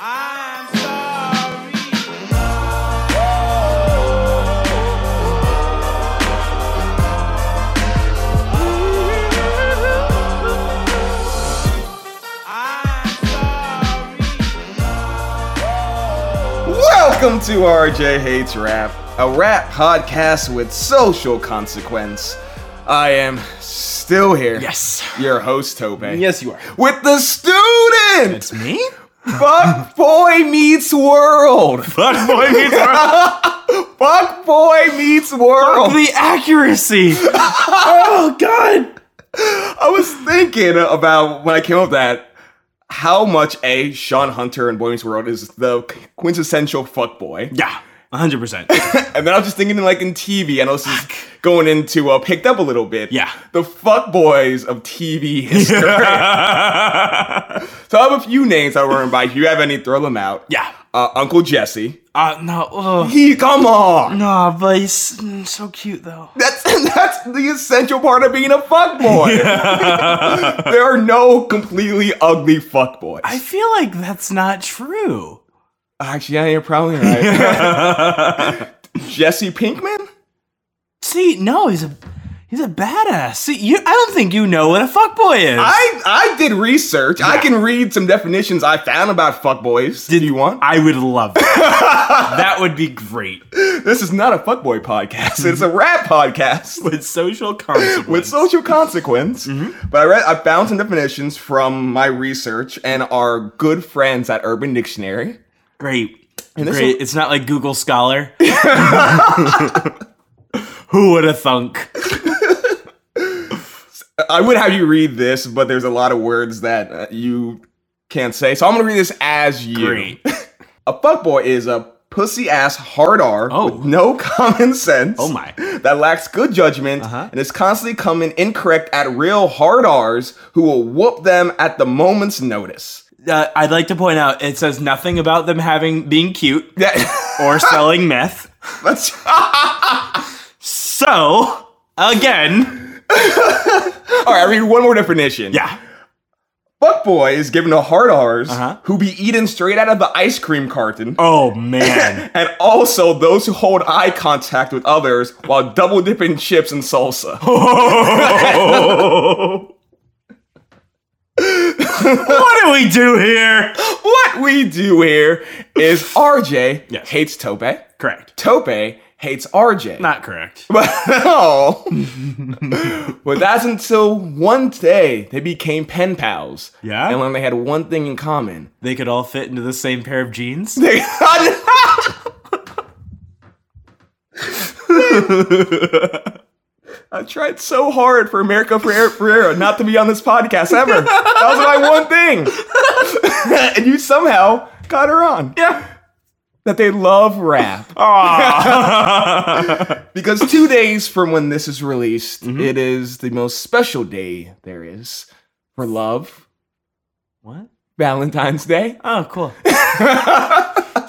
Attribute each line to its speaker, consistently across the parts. Speaker 1: I'm sorry.
Speaker 2: Welcome to RJ Hates Rap, a rap podcast with social consequence. I am still here.
Speaker 3: Yes.
Speaker 2: Your host, Tope.
Speaker 3: Yes, you are.
Speaker 2: With the student!
Speaker 3: It's me?
Speaker 2: Fuck Boy Meets World!
Speaker 3: Fuck boy meets world.
Speaker 2: Fuck Boy Meets World!
Speaker 3: the accuracy. oh god.
Speaker 2: I was thinking about when I came up with that how much A, Sean Hunter in Boy Meets World is the quintessential fuckboy.
Speaker 3: Yeah. 100%.
Speaker 2: And then I was just thinking, like in TV, and I was just going into uh, picked up a little bit.
Speaker 3: Yeah.
Speaker 2: the fuck boys of TV history. so I have a few names I run by. If you have any, throw them out.
Speaker 3: yeah.
Speaker 2: uh, Uncle Jesse.
Speaker 3: Uh no. Ugh.
Speaker 2: He, come on.
Speaker 3: Nah, but he's mm, so cute though.
Speaker 2: That's that's the essential part of being a fuck boy. there are no completely ugly fuck boys.
Speaker 3: I feel like that's not true.
Speaker 2: Uh, Actually, yeah, you're probably right. Jesse Pinkman.
Speaker 3: See, no, he's a he's a badass. See, you I don't think you know what a fuckboy is.
Speaker 2: I I did research. I can read some definitions I found about fuckboys. Did you want?
Speaker 3: I would love that. that would be great.
Speaker 2: this is not a fuckboy podcast. It's a rap podcast
Speaker 3: With social consequence.
Speaker 2: with social consequence.
Speaker 3: Mm-hmm.
Speaker 2: But I read I found some definitions from my research and our good friends at Urban Dictionary.
Speaker 3: Great.
Speaker 2: this
Speaker 3: Great.
Speaker 2: will-
Speaker 3: it's not like Google Scholar. Who would have thunk?
Speaker 2: I would have you read this, but there's a lot of words that uh, you can't say. So I'm going to read this as you.
Speaker 3: Great.
Speaker 2: A fuckboy is a pussy ass hard R
Speaker 3: Oh.
Speaker 2: with no common sense.
Speaker 3: Oh my. Uh-huh.
Speaker 2: That lacks good judgment and is constantly coming incorrect at real hard R's who will whoop them at the moment's notice.
Speaker 3: Uh, I'd like to point out it says nothing about them having being cute
Speaker 2: Yeah,
Speaker 3: or selling meth.
Speaker 2: that's
Speaker 3: So again,
Speaker 2: all right. I read one more definition.
Speaker 3: yeah,
Speaker 2: fuckboy is given a hard R's
Speaker 3: Uh-huh.
Speaker 2: who be eaten straight out of the ice cream carton.
Speaker 3: Oh man.
Speaker 2: And also those who hold eye contact with others while double dipping chips and salsa.
Speaker 3: Oh. what do we do here?
Speaker 2: what we do here is RJ
Speaker 3: Yes.
Speaker 2: hates Tope.
Speaker 3: Correct.
Speaker 2: Tope hates RJ.
Speaker 3: Not correct.
Speaker 2: Well, but that's until one day they became pen pals.
Speaker 3: Yeah?
Speaker 2: And when they had one thing in common.
Speaker 3: They could all fit into the same pair of jeans.
Speaker 2: They I tried so hard for America Ferrer- Ferrera not to be on this podcast ever. That was my one thing. and you somehow got her on.
Speaker 3: Yeah.
Speaker 2: That they love rap. Because two days from when this is released, it is the most special day there is for love,
Speaker 3: What?
Speaker 2: Valentine's Day.
Speaker 3: Oh, cool.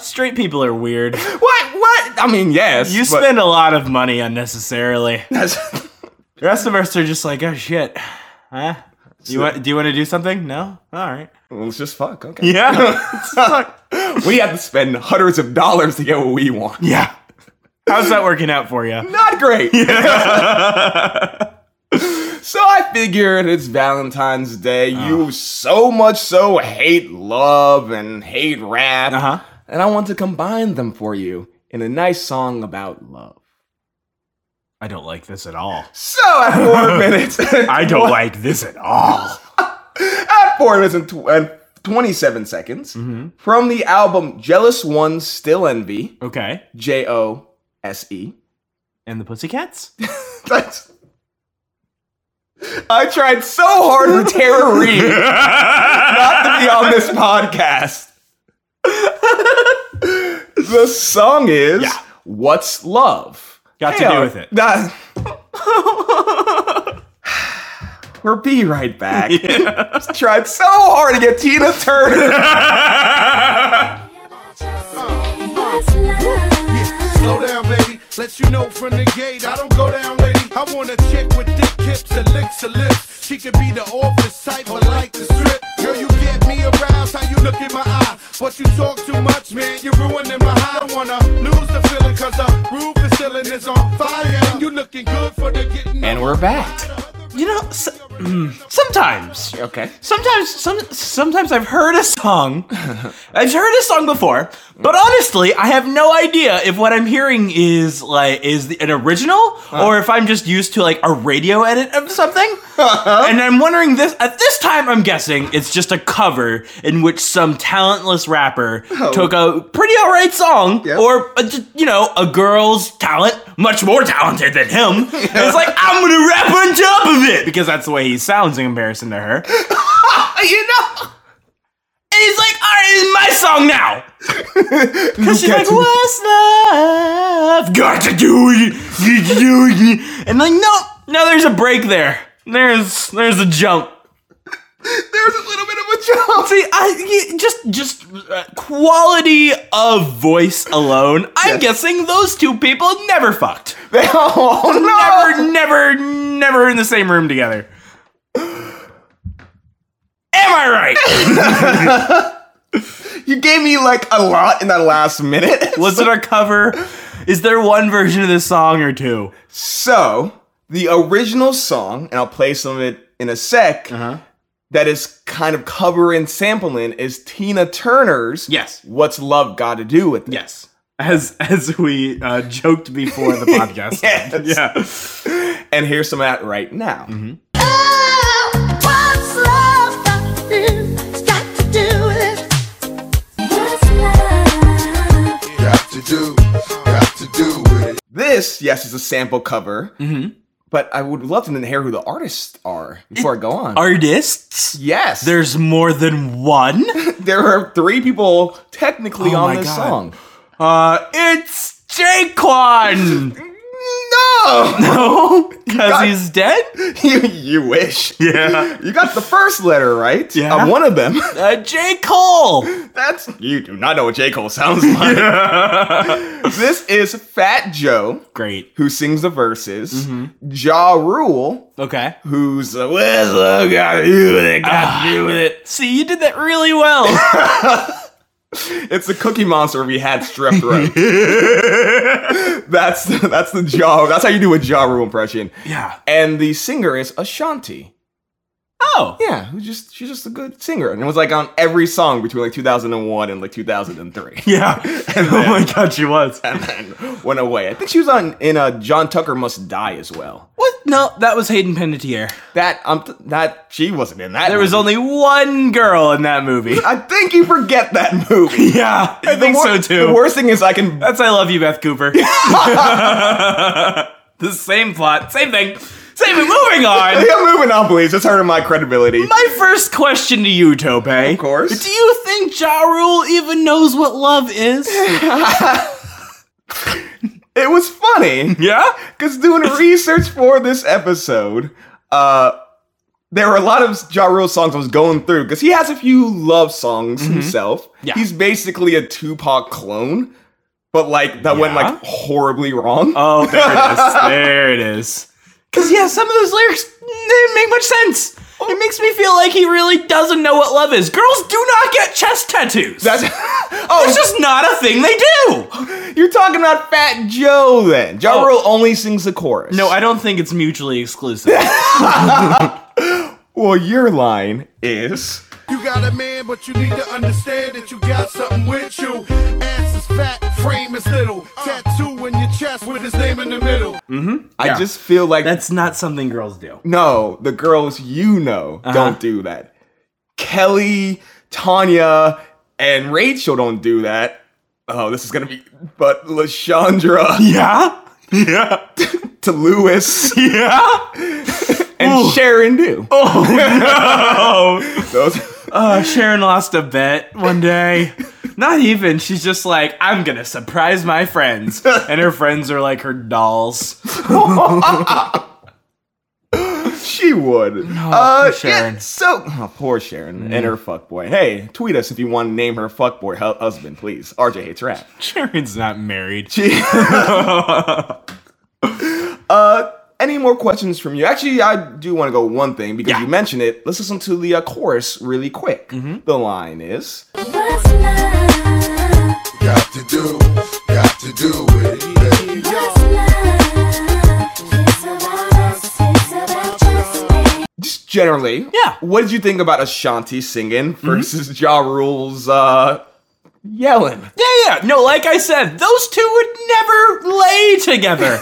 Speaker 3: Straight people are weird.
Speaker 2: What? What? I mean, yes.
Speaker 3: You
Speaker 2: but-
Speaker 3: spend a lot of money unnecessarily. The rest of us are just like, oh shit. Huh? Do you want? Do you want to do something? No. All right.
Speaker 2: Well, Let's just fuck. Okay.
Speaker 3: Yeah.
Speaker 2: we have to spend hundreds of dollars to get what we want.
Speaker 3: yeah. How's that working out for you?
Speaker 2: Not great. so I figured it's Valentine's Day.
Speaker 3: Uh-huh.
Speaker 2: You so much so hate love and hate rap.
Speaker 3: Uh-huh.
Speaker 2: And I want to combine them for you in a nice song about love.
Speaker 3: I don't like this at all.
Speaker 2: So at four minutes,
Speaker 3: I don't like this at all.
Speaker 2: at four minutes and, tw- and 27 seconds
Speaker 3: Mm-hmm.
Speaker 2: from the album Jealous One Still Envy,
Speaker 3: Okay.
Speaker 2: J O S E.
Speaker 3: And the Pussycats?
Speaker 2: That's. I tried so hard for Tara Reid not to be on this podcast. the song is
Speaker 3: Yeah.
Speaker 2: "What's Love."
Speaker 3: Got to do with it.
Speaker 2: that- We'll be right back. Tried so hard to get Tina Turner.
Speaker 4: Slow down, baby. Let you know from the gate. I don't go down, lady. I want a chick with thick hips and licks her lips. She could be the office type or like the strip. Girl, you get me aroused. How you look in my eye? But you talk too much, man. You're ruining my high. I don't wanna lose the feeling 'cause the roof is ceiling is on fire. And you looking good for the getting.
Speaker 2: And we're back.
Speaker 3: You know, so, mm, sometimes,
Speaker 2: Okay.
Speaker 3: sometimes, some, sometimes I've heard a song. I've heard a song before, but honestly, I have no idea if what I'm hearing is like is the, an original or if I'm just used to like a radio edit of something. And I'm wondering this at this time. I'm guessing it's just a cover in which some talentless rapper took a pretty alright song,
Speaker 2: Yep.
Speaker 3: or a, j- you know, a girl's talent, much more talented than him. and it's like I'm gonna rap on top of it because that's the way he sounds in comparison to her.
Speaker 2: Uh, You know.
Speaker 3: And he's like, all right, it's my song now. Because she's
Speaker 2: got
Speaker 3: like,
Speaker 2: to-
Speaker 3: what's love got to do with it? you to do with it?" And like, no, no, there's a break there. There's, there's a jump.
Speaker 2: There's a little bit of a jump.
Speaker 3: See, I you- just, just uh, quality of voice alone. I'm guessing those two people never fucked.
Speaker 2: They all
Speaker 3: Never, never, never in the same room together. Am I right?
Speaker 2: You gave me like a lot in that last minute.
Speaker 3: Was it a cover? Is there one version of this song or two?
Speaker 2: So the original song, and I'll play some of it in a sec.
Speaker 3: Uh-huh.
Speaker 2: That is kind of cover and sampling is Tina Turner's.
Speaker 3: Yes.
Speaker 2: What's love got to do with it?
Speaker 3: Yes. As as we uh, joked before the podcast.
Speaker 2: Yes.
Speaker 3: Yeah.
Speaker 2: And here's some of that right now.
Speaker 3: Mm-hmm.
Speaker 5: Oh,
Speaker 4: Got to do, got to do with it.
Speaker 2: This, yes, is a sample cover. Mm-hmm. But I would love to hear who the artists are before I go on.
Speaker 3: Artists?
Speaker 2: yes.
Speaker 3: There's more than one?
Speaker 2: there are three people technically
Speaker 3: Oh
Speaker 2: on
Speaker 3: my
Speaker 2: this
Speaker 3: God.
Speaker 2: song.
Speaker 3: Uh it's Jaquan!
Speaker 2: No!
Speaker 3: no? Oh, Because
Speaker 2: God.
Speaker 3: he's dead?
Speaker 2: you, you wish.
Speaker 3: Yeah.
Speaker 2: You got the first letter right.
Speaker 3: Yeah.
Speaker 2: Uh, one of them.
Speaker 3: Uh J. Cole!
Speaker 2: That's you do not know what J Cole sounds like. This is Fat Joe
Speaker 3: Great.
Speaker 2: who sings the verses. Ja Rule
Speaker 3: Okay.
Speaker 2: who's Ah, uh, where's love got to do with it? Got
Speaker 3: Ah,
Speaker 2: to do with it.
Speaker 3: See, you did that really well.
Speaker 2: It's the Cookie Monster we had strep throat. that's that's the jaw. That's how you do a jaw rule impression.
Speaker 3: yeah.
Speaker 2: And the singer is Ashanti.
Speaker 3: Oh.
Speaker 2: Yeah, who just she's just a good singer, and it was like on every song between like 2001 and like 2003,
Speaker 3: Yeah. oh my god, she was.
Speaker 2: and then went away. I think she was on in uh, John Tucker Must Die as well.
Speaker 3: What? No, that was Hayden Panettiere.
Speaker 2: That um t- that she wasn't in that.
Speaker 3: There was
Speaker 2: movie.
Speaker 3: only one girl in that movie.
Speaker 2: I think you forget that movie.
Speaker 3: yeah, I
Speaker 2: The
Speaker 3: think
Speaker 2: wor-
Speaker 3: so too.
Speaker 2: The worst thing is I can
Speaker 3: That's I love you, Beth Cooper. the same plot, same thing, same. Moving on.
Speaker 2: Yeah, moving on, please. It's hurting my credibility.
Speaker 3: My first question to you, Tope. Of
Speaker 2: course.
Speaker 3: Do you think Ja Rule even knows what love is?
Speaker 2: it was funny.
Speaker 3: yeah.
Speaker 2: Because doing research for this episode, uh, there were a lot of Ja Rule songs I was going through because he has a few love songs himself.
Speaker 3: Mm-hmm. Yeah.
Speaker 2: He's basically a Tupac clone, but like that went
Speaker 3: Yeah.
Speaker 2: like horribly wrong.
Speaker 3: Oh, there it is. There it is. Cause yeah, some of those lyrics they didn't make much sense.
Speaker 2: Oh.
Speaker 3: It makes me feel like he really doesn't know what love is. Girls do not get chest tattoos.
Speaker 2: That's
Speaker 3: It's
Speaker 2: oh,
Speaker 3: just not a thing they do.
Speaker 2: you're talking about Fat Joe then. Ja
Speaker 3: Oh.
Speaker 2: Rule only sings the chorus.
Speaker 3: No, I don't think it's mutually exclusive.
Speaker 2: well, your line is.
Speaker 4: You got a man, but you need to understand that you got something with you. Ass is fat, frame is little. Tattoo in your chest with his name in the middle.
Speaker 2: I just feel like
Speaker 3: That's not something girls do.
Speaker 2: No, the girls you know
Speaker 3: Uh-huh.
Speaker 2: don't do that. Kelly, Tanya, and Rachel don't do that. Oh, this is gonna be. But Lashandra
Speaker 3: Yeah? Yeah.
Speaker 2: to Lewis
Speaker 3: Yeah?
Speaker 2: and
Speaker 3: Ooh.
Speaker 2: Sharon do.
Speaker 3: Oh,
Speaker 2: Those,
Speaker 3: no. Uh, Sharon lost a bet one day. Not even. She's just like, I'm going to surprise my friends. And her friends are like her dolls.
Speaker 2: She would. uh,
Speaker 3: poor
Speaker 2: shit,
Speaker 3: Sharon. Mm.
Speaker 2: so oh, poor Sharon and her fuckboy. Hey, tweet us if you want to name her fuckboy hu- husband, please. RJ hates rap.
Speaker 3: Sharon's not married.
Speaker 2: uh, any more questions from you? Actually, I do want to go one thing because
Speaker 3: Yeah. Mm-hmm.
Speaker 2: you mentioned it. Let's listen to the uh, chorus really quick. The line is
Speaker 5: What's love?
Speaker 4: Got to do, got to do with it.
Speaker 5: What's love? It's about us. It's about just me.
Speaker 2: just generally.
Speaker 3: Yeah. Mm-hmm.
Speaker 2: What did you think about Ashanti singing versus Ja Rule's uh, yelling?
Speaker 3: Yeah, yeah. No, like I said, those two would never lay together.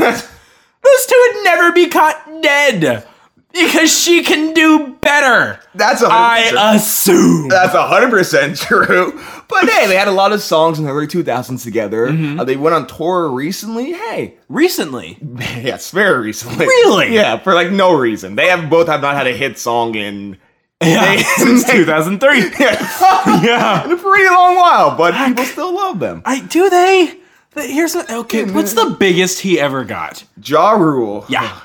Speaker 3: those two would never be caught dead because she can do better.
Speaker 2: That's a hundred percent- Uh,
Speaker 3: I uh, assume.
Speaker 2: That's hundred percent true. But hey, they had a lot of songs in the early two thousands together.
Speaker 3: Mm-hmm.
Speaker 2: Uh, they went on tour recently. Hey,
Speaker 3: Recently,
Speaker 2: yes, very recently.
Speaker 3: Really?
Speaker 2: Yeah, for like no reason. They have both have not had a hit song in
Speaker 3: since 2003.
Speaker 2: yeah, in a pretty long while, but people still love them.
Speaker 3: I do they? Th- Here's a, okay. What's the biggest he ever got?
Speaker 2: Ja Rule.
Speaker 3: Yeah,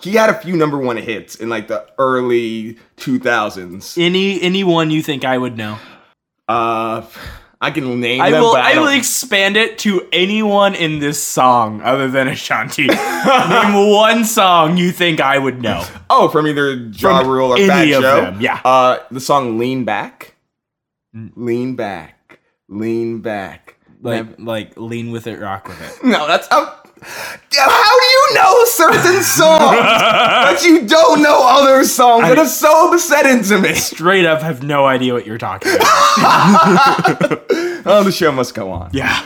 Speaker 2: he had a few number one hits in like the early two thousands.
Speaker 3: any anyone you think I would know?
Speaker 2: Uh, I can name
Speaker 3: I
Speaker 2: them,
Speaker 3: will.
Speaker 2: but I,
Speaker 3: I, will
Speaker 2: don't-
Speaker 3: expand it to anyone in this song other than Ashanti. Name one song you think I would know.
Speaker 2: Oh, from either Ja
Speaker 3: From
Speaker 2: Rule or
Speaker 3: any
Speaker 2: Fat
Speaker 3: of
Speaker 2: Joe.
Speaker 3: them, yeah. Mm.
Speaker 2: Uh, the song "Lean Back," "Lean Back," "Lean Back."
Speaker 3: Like like lean with it, rock with it.
Speaker 2: No, that's how. How do you know certain songs, but you don't know other songs? that
Speaker 3: I-
Speaker 2: is so upsetting to me.
Speaker 3: Straight up, have no idea what you're talking about.
Speaker 2: Oh, the show must go on.
Speaker 3: yeah.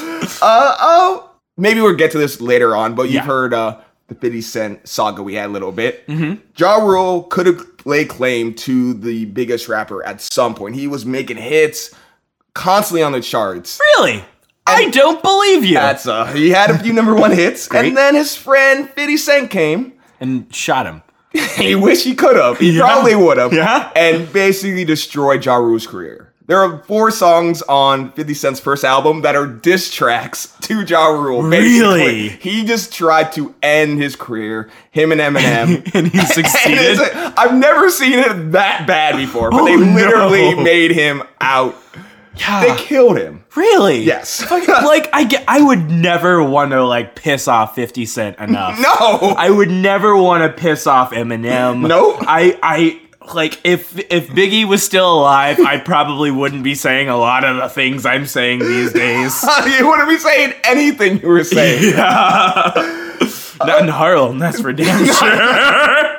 Speaker 2: Oh, maybe we'll get to this later on, but you've
Speaker 3: Yeah.
Speaker 2: heard uh, the 50 Cent saga we had a little bit.
Speaker 3: Mm-hmm.
Speaker 2: Ja Rule could have laid claim to the biggest rapper at some point. He was making hits constantly on the charts.
Speaker 3: Really? I don't believe you.
Speaker 2: That's uh, he had a few number one hits, and then his friend 50 Cent came.
Speaker 3: and shot him.
Speaker 2: He wish he could have. He probably would have.
Speaker 3: Yeah.
Speaker 2: And basically destroyed Ja Rule's career. There are four songs on 50 Cent's first album that are diss tracks to Ja Rule. basically.
Speaker 3: Really?
Speaker 2: He just tried to end his career, him and Eminem.
Speaker 3: and he
Speaker 2: And
Speaker 3: succeeded.
Speaker 2: it's a- I've never seen it that bad before, but they
Speaker 3: Oh, no.
Speaker 2: literally made him out. They killed him.
Speaker 3: Really?
Speaker 2: Yes.
Speaker 3: like I get, I would never want to like piss off Fifty Cent enough.
Speaker 2: no.
Speaker 3: I would never want to piss off Eminem.
Speaker 2: Nope.
Speaker 3: I I like if if Biggie was still alive, I probably wouldn't be saying a lot of the things I'm saying these days.
Speaker 2: you wouldn't be saying anything you were saying.
Speaker 3: Not in Harlem, that's for damn sure.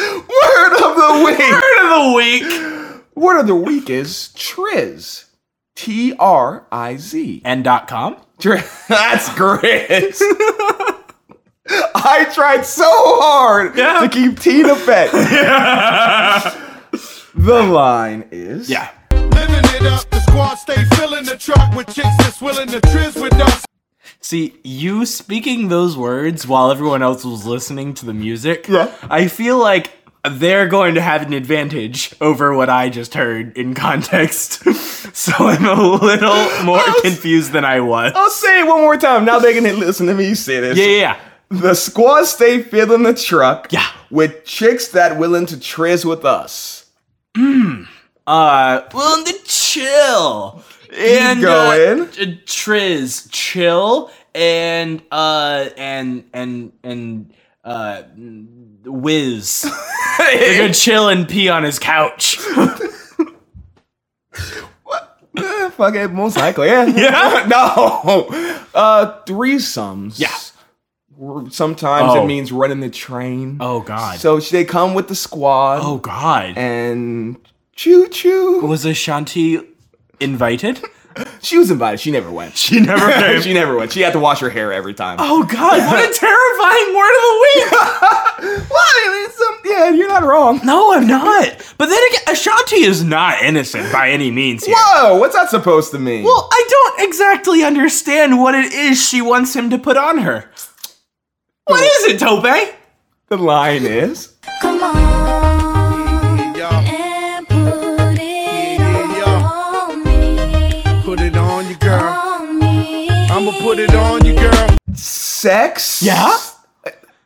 Speaker 2: Word of the week.
Speaker 3: Word of the week
Speaker 2: Word of the week is Triz. T R I Z.
Speaker 3: and dot com.
Speaker 2: Triz. That's great. I tried so hard
Speaker 3: Yeah.
Speaker 2: to keep Tina Fett. The line is.
Speaker 3: Yeah.
Speaker 4: Living it up, the squad stay filling the truck with chicks that's willing to trizz with us.
Speaker 3: See, you speaking those words while everyone else was listening to the music,
Speaker 2: Yeah.
Speaker 3: I feel like they're going to have an advantage over what I just heard in context. so I'm a little more confused than I was.
Speaker 2: I'll say it one more time. Now they can listen to me say this.
Speaker 3: Yeah, yeah, yeah.
Speaker 2: The squad stay filling the truck
Speaker 3: Yeah.
Speaker 2: with chicks that willing to triz with us.
Speaker 3: Uh, well, the chill. And
Speaker 2: going.
Speaker 3: Uh, t- Triz, chill, and uh, and and and uh, Wiz. They're gonna chill and pee on his couch.
Speaker 2: Eh, Fuck it, most likely. Yeah.
Speaker 3: Yeah?
Speaker 2: no. Uh threesomes.
Speaker 3: Yeah.
Speaker 2: Were- Sometimes
Speaker 3: Oh.
Speaker 2: it means running the train.
Speaker 3: Oh God.
Speaker 2: So they come with the squad
Speaker 3: oh God.
Speaker 2: and choo choo.
Speaker 3: Was Ashanti invited?
Speaker 2: She was invited. She never went.
Speaker 3: She never
Speaker 2: she never went. She had to wash her hair every time.
Speaker 3: oh God! What a terrifying word of the week.
Speaker 2: Why? It's some- yeah, you're not wrong.
Speaker 3: No, I'm not. But then again, Ashanti is not innocent by any means. Here.
Speaker 2: Whoa, what's that supposed to mean?
Speaker 3: Well, I don't exactly understand what it is she wants him to put on her. What is it, Tope?
Speaker 2: the line is.
Speaker 5: Come on
Speaker 4: Y'all
Speaker 5: and put it on me.
Speaker 4: put it on you, girl.
Speaker 5: On me.
Speaker 4: I'ma put it on you, girl.
Speaker 2: sex?
Speaker 3: Yeah?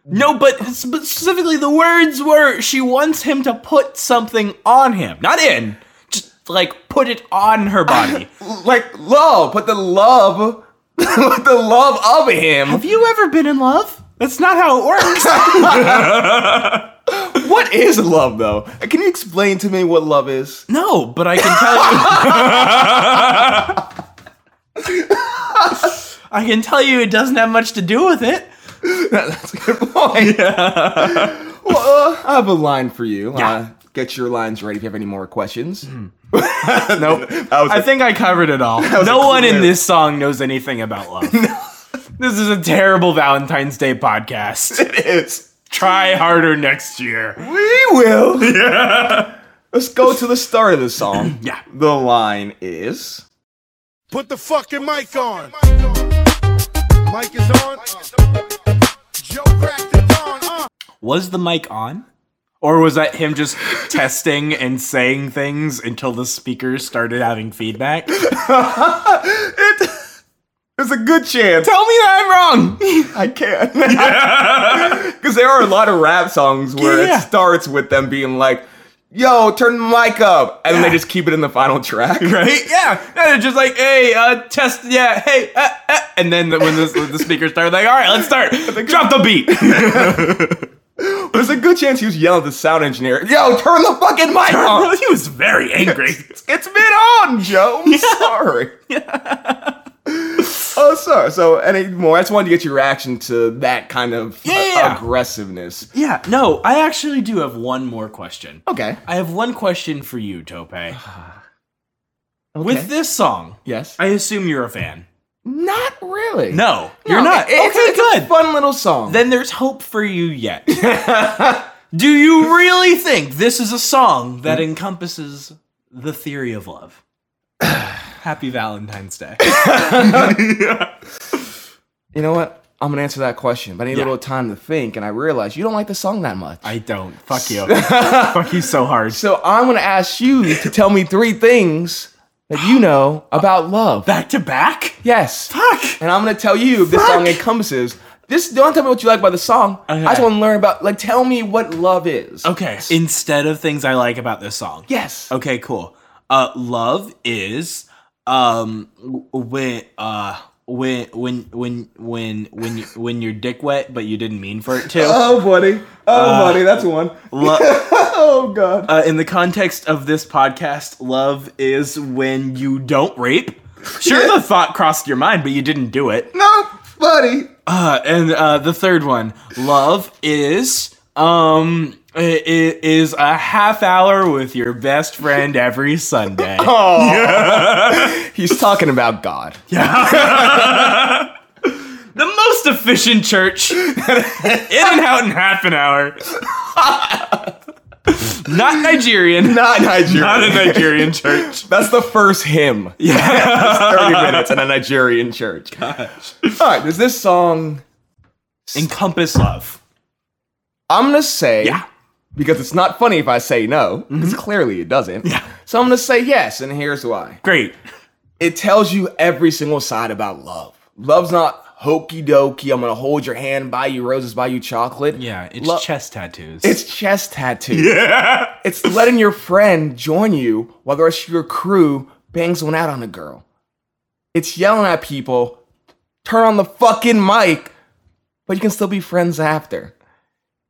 Speaker 3: No, but specifically the words were she wants him to put something on him, not in, just like put it on her body.
Speaker 2: Like love, but the love, but the love of him.
Speaker 3: Have you ever been in love? That's not how it works.
Speaker 2: What is love though? Can you explain to me what love is?
Speaker 3: no, but I can tell you. I can tell you it doesn't have much to do with it.
Speaker 2: That's a good point. well, uh, I have a line for you. Uh, get your lines ready if you have any more questions. nope. That was
Speaker 3: I
Speaker 2: a-
Speaker 3: think I covered Hmm. it all.
Speaker 2: was a
Speaker 3: No one in
Speaker 2: clear-
Speaker 3: this song knows anything about love. This is a terrible Valentine's Day podcast.
Speaker 2: it is.
Speaker 3: Try harder next year.
Speaker 2: We will. Yeah. Let's go to the start of the song.
Speaker 3: Yeah.
Speaker 2: The line is.
Speaker 4: Put the fucking mic on. Mic is on. Joe cracked the dawn. Uh.
Speaker 3: Was the mic on? Or was that him just testing and saying things until the speakers started having feedback? Tell me
Speaker 2: It, it's a good chance.
Speaker 3: that I'm wrong!
Speaker 2: I can't. Because there are a lot of rap songs where
Speaker 3: Yeah, yeah.
Speaker 2: it starts with them being like, yo, turn the mic up. And then they just keep it in the final track.
Speaker 3: Right? Yeah. And it's just like, hey, uh, test, yeah, hey, uh, uh. And then when the, when the speakers started, like, all right, let's start. Drop the beat.
Speaker 2: There's a good chance he was yelling at the sound engineer, yo, turn the fucking mic on.
Speaker 3: he was very angry.
Speaker 2: It's been on, Joe. I'm sorry. Oh, sorry. So, any more? I just wanted to get your reaction to that kind of uh,
Speaker 3: Yeah.
Speaker 2: aggressiveness.
Speaker 3: Yeah, no, I actually do have one more question.
Speaker 2: Okay.
Speaker 3: I have one question for you, Tope. With this song,
Speaker 2: Yes.
Speaker 3: I assume you're a fan.
Speaker 2: Not really.
Speaker 3: No, you're not.
Speaker 2: it- it's,
Speaker 3: okay,
Speaker 2: it's
Speaker 3: good.
Speaker 2: a fun little song.
Speaker 3: then there's hope for you yet. Do you really think this is a song that encompasses the theory of love? Happy Valentine's Day.
Speaker 2: You know what? I'm gonna answer that question, but I need
Speaker 3: Yeah.
Speaker 2: a little time to think. And I realize you don't like the song that much.
Speaker 3: I don't. Fuck you. Fuck you so hard.
Speaker 2: so I'm gonna ask you to tell me three things that you know about love.
Speaker 3: Back to back?
Speaker 2: yes.
Speaker 3: Fuck.
Speaker 2: And I'm gonna tell you if this
Speaker 3: Fuck.
Speaker 2: song encompasses. Just don't tell me what you like about the song. I just
Speaker 3: Okay.
Speaker 2: want to learn about. Like, tell me what love is.
Speaker 3: Okay. Instead of things I like about this song.
Speaker 2: Yes.
Speaker 3: Okay, cool. Uh, love is um w- when uh when when when when when you, when your dick wet but you didn't mean for it to.
Speaker 2: Oh, buddy. Oh,
Speaker 3: Uh,
Speaker 2: buddy. That's one.
Speaker 3: Lo-
Speaker 2: Oh, God.
Speaker 3: uh, in the context of this podcast, love is when you don't rape. Sure, the thought crossed your mind, but you didn't do it.
Speaker 2: no, buddy.
Speaker 3: Uh, and uh, the third one, love is um i- i- is a half hour with your best friend every Sunday.
Speaker 2: He's talking about God.
Speaker 3: The most efficient church. In and out in half an hour. Not Nigerian.
Speaker 2: Not Nigerian.
Speaker 3: Not a Nigerian church.
Speaker 2: That's the first hymn. Yeah. 30 minutes in a Nigerian church. All right, does this song,
Speaker 3: Encompass love.
Speaker 2: I'm going to say,
Speaker 3: Yeah. Mm-hmm.
Speaker 2: because it's not funny if I say no, because clearly it doesn't.
Speaker 3: Yeah.
Speaker 2: So I'm going to say yes, and here's why.
Speaker 3: Great.
Speaker 2: It tells you every single side about love. Love's not hokey dokey, I'm going to hold your hand, buy you roses, buy you chocolate.
Speaker 3: Yeah, it's
Speaker 2: Lo-
Speaker 3: chest tattoos.
Speaker 2: It's chest tattoos. Yeah. It's letting your friend join you while the rest of your crew bangs one out on a girl. It's yelling at people, turn on the fucking mic, but you can still be friends after.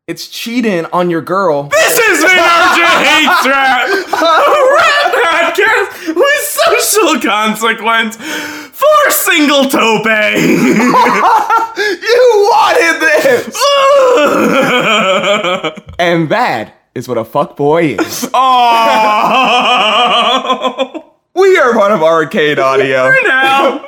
Speaker 2: It's cheating on your girl.
Speaker 3: this is an RJ hate trap. A rap podcast with social consequence for single tope.
Speaker 2: you wanted this!
Speaker 3: oh.
Speaker 2: and that is what a fuckboy is. we are part of Arcade Audio.
Speaker 3: now.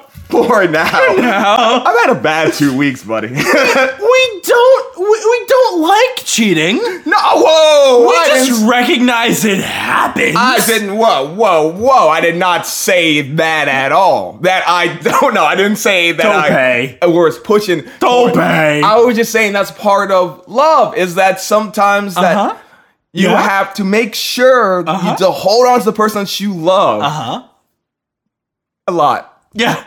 Speaker 2: For now. I've had a bad two weeks, buddy. no,
Speaker 3: We don't we, we don't like cheating.
Speaker 2: whoa!
Speaker 3: We
Speaker 2: I didn't
Speaker 3: just recognize it happens.
Speaker 2: I didn't. Whoa, whoa, whoa! I did not say that at all. That I don't know. I didn't say that.
Speaker 3: Tope.
Speaker 2: I was pushing.
Speaker 3: Tope.
Speaker 2: I was just saying that's part of love. Is that sometimes
Speaker 3: Uh-huh.
Speaker 2: that you
Speaker 3: Yeah. Uh-huh.
Speaker 2: have to make sure you, to hold on to the person that you love
Speaker 3: Uh-huh.
Speaker 2: a lot.
Speaker 3: Yeah.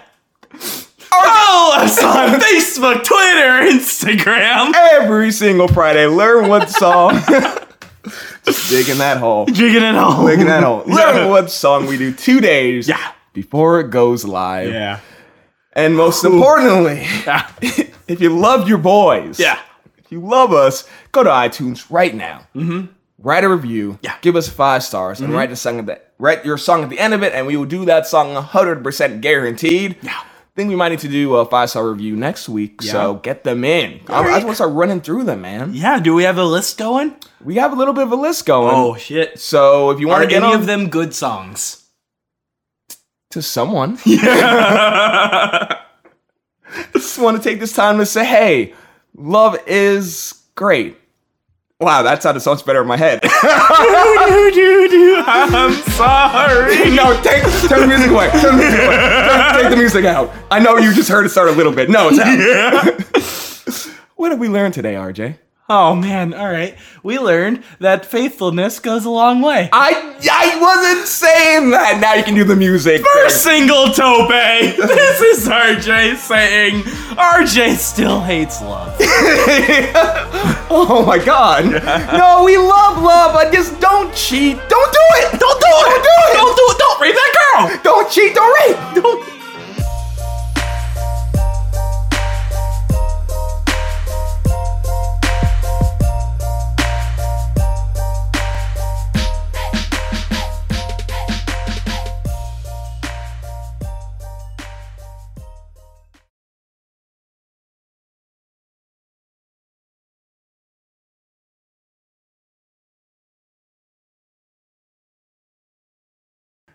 Speaker 3: Follow us on Facebook, Twitter, Instagram.
Speaker 2: Every single Friday, learn one song. Just digging that hole.
Speaker 3: Jigging it all.
Speaker 2: Digging that hole. Learn what song we do two days
Speaker 3: Yeah.
Speaker 2: before it goes live.
Speaker 3: Yeah.
Speaker 2: And most importantly,
Speaker 3: Yeah.
Speaker 2: if you love your boys,
Speaker 3: Yeah.
Speaker 2: if you love us, go to iTunes right now. Mm-hmm. Write a review.
Speaker 3: Yeah. Mm-hmm.
Speaker 2: Give us five stars and write the song at the write your song at the end of it, and we will do that song 100 percent guaranteed.
Speaker 3: Yeah.
Speaker 2: Think we might need to do a five star review next week, so get them in. I, I just want to start running through them, man.
Speaker 3: Yeah, do we have a list going?
Speaker 2: We have a little bit of a list going.
Speaker 3: Oh shit.
Speaker 2: so if you
Speaker 3: Are
Speaker 2: want to get
Speaker 3: any
Speaker 2: on
Speaker 3: of them good songs?
Speaker 2: to someone, just want to take this time to say, hey, love is great. Wow, that sounded so much better in my head.
Speaker 3: I'm sorry.
Speaker 2: no, take, turn the music away. Turn the music away. Turn- take the music out. I know you just heard it start a little bit. No, it's out. what did we learn today, RJ?
Speaker 3: Oh man, all right. We learned that faithfulness goes a long way.
Speaker 2: I I wasn't saying that. Now you can do the music. thing.
Speaker 3: First single tope. This is RJ saying RJ still hates love.
Speaker 2: Oh my god. No, we love love. I just don't cheat. Don't do it. Don't do it. Don't do it.
Speaker 3: Oh, Don't do it. Don't rape that girl.
Speaker 2: Don't cheat. Don't rape. Don't.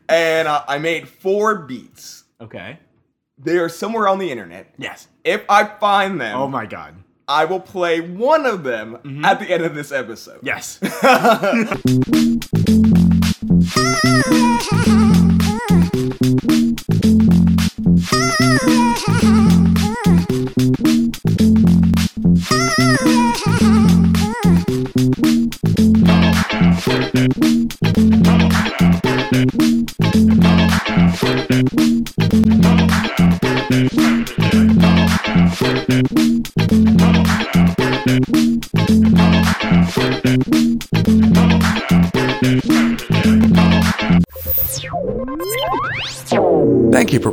Speaker 2: And uh, I made four beats.
Speaker 3: Okay.
Speaker 2: They are somewhere on the internet.
Speaker 3: Yes.
Speaker 2: If I find them,
Speaker 3: Oh my Mm-hmm. god.
Speaker 2: I will play one of them at the end of this episode.
Speaker 3: Yes.
Speaker 6: Thank you for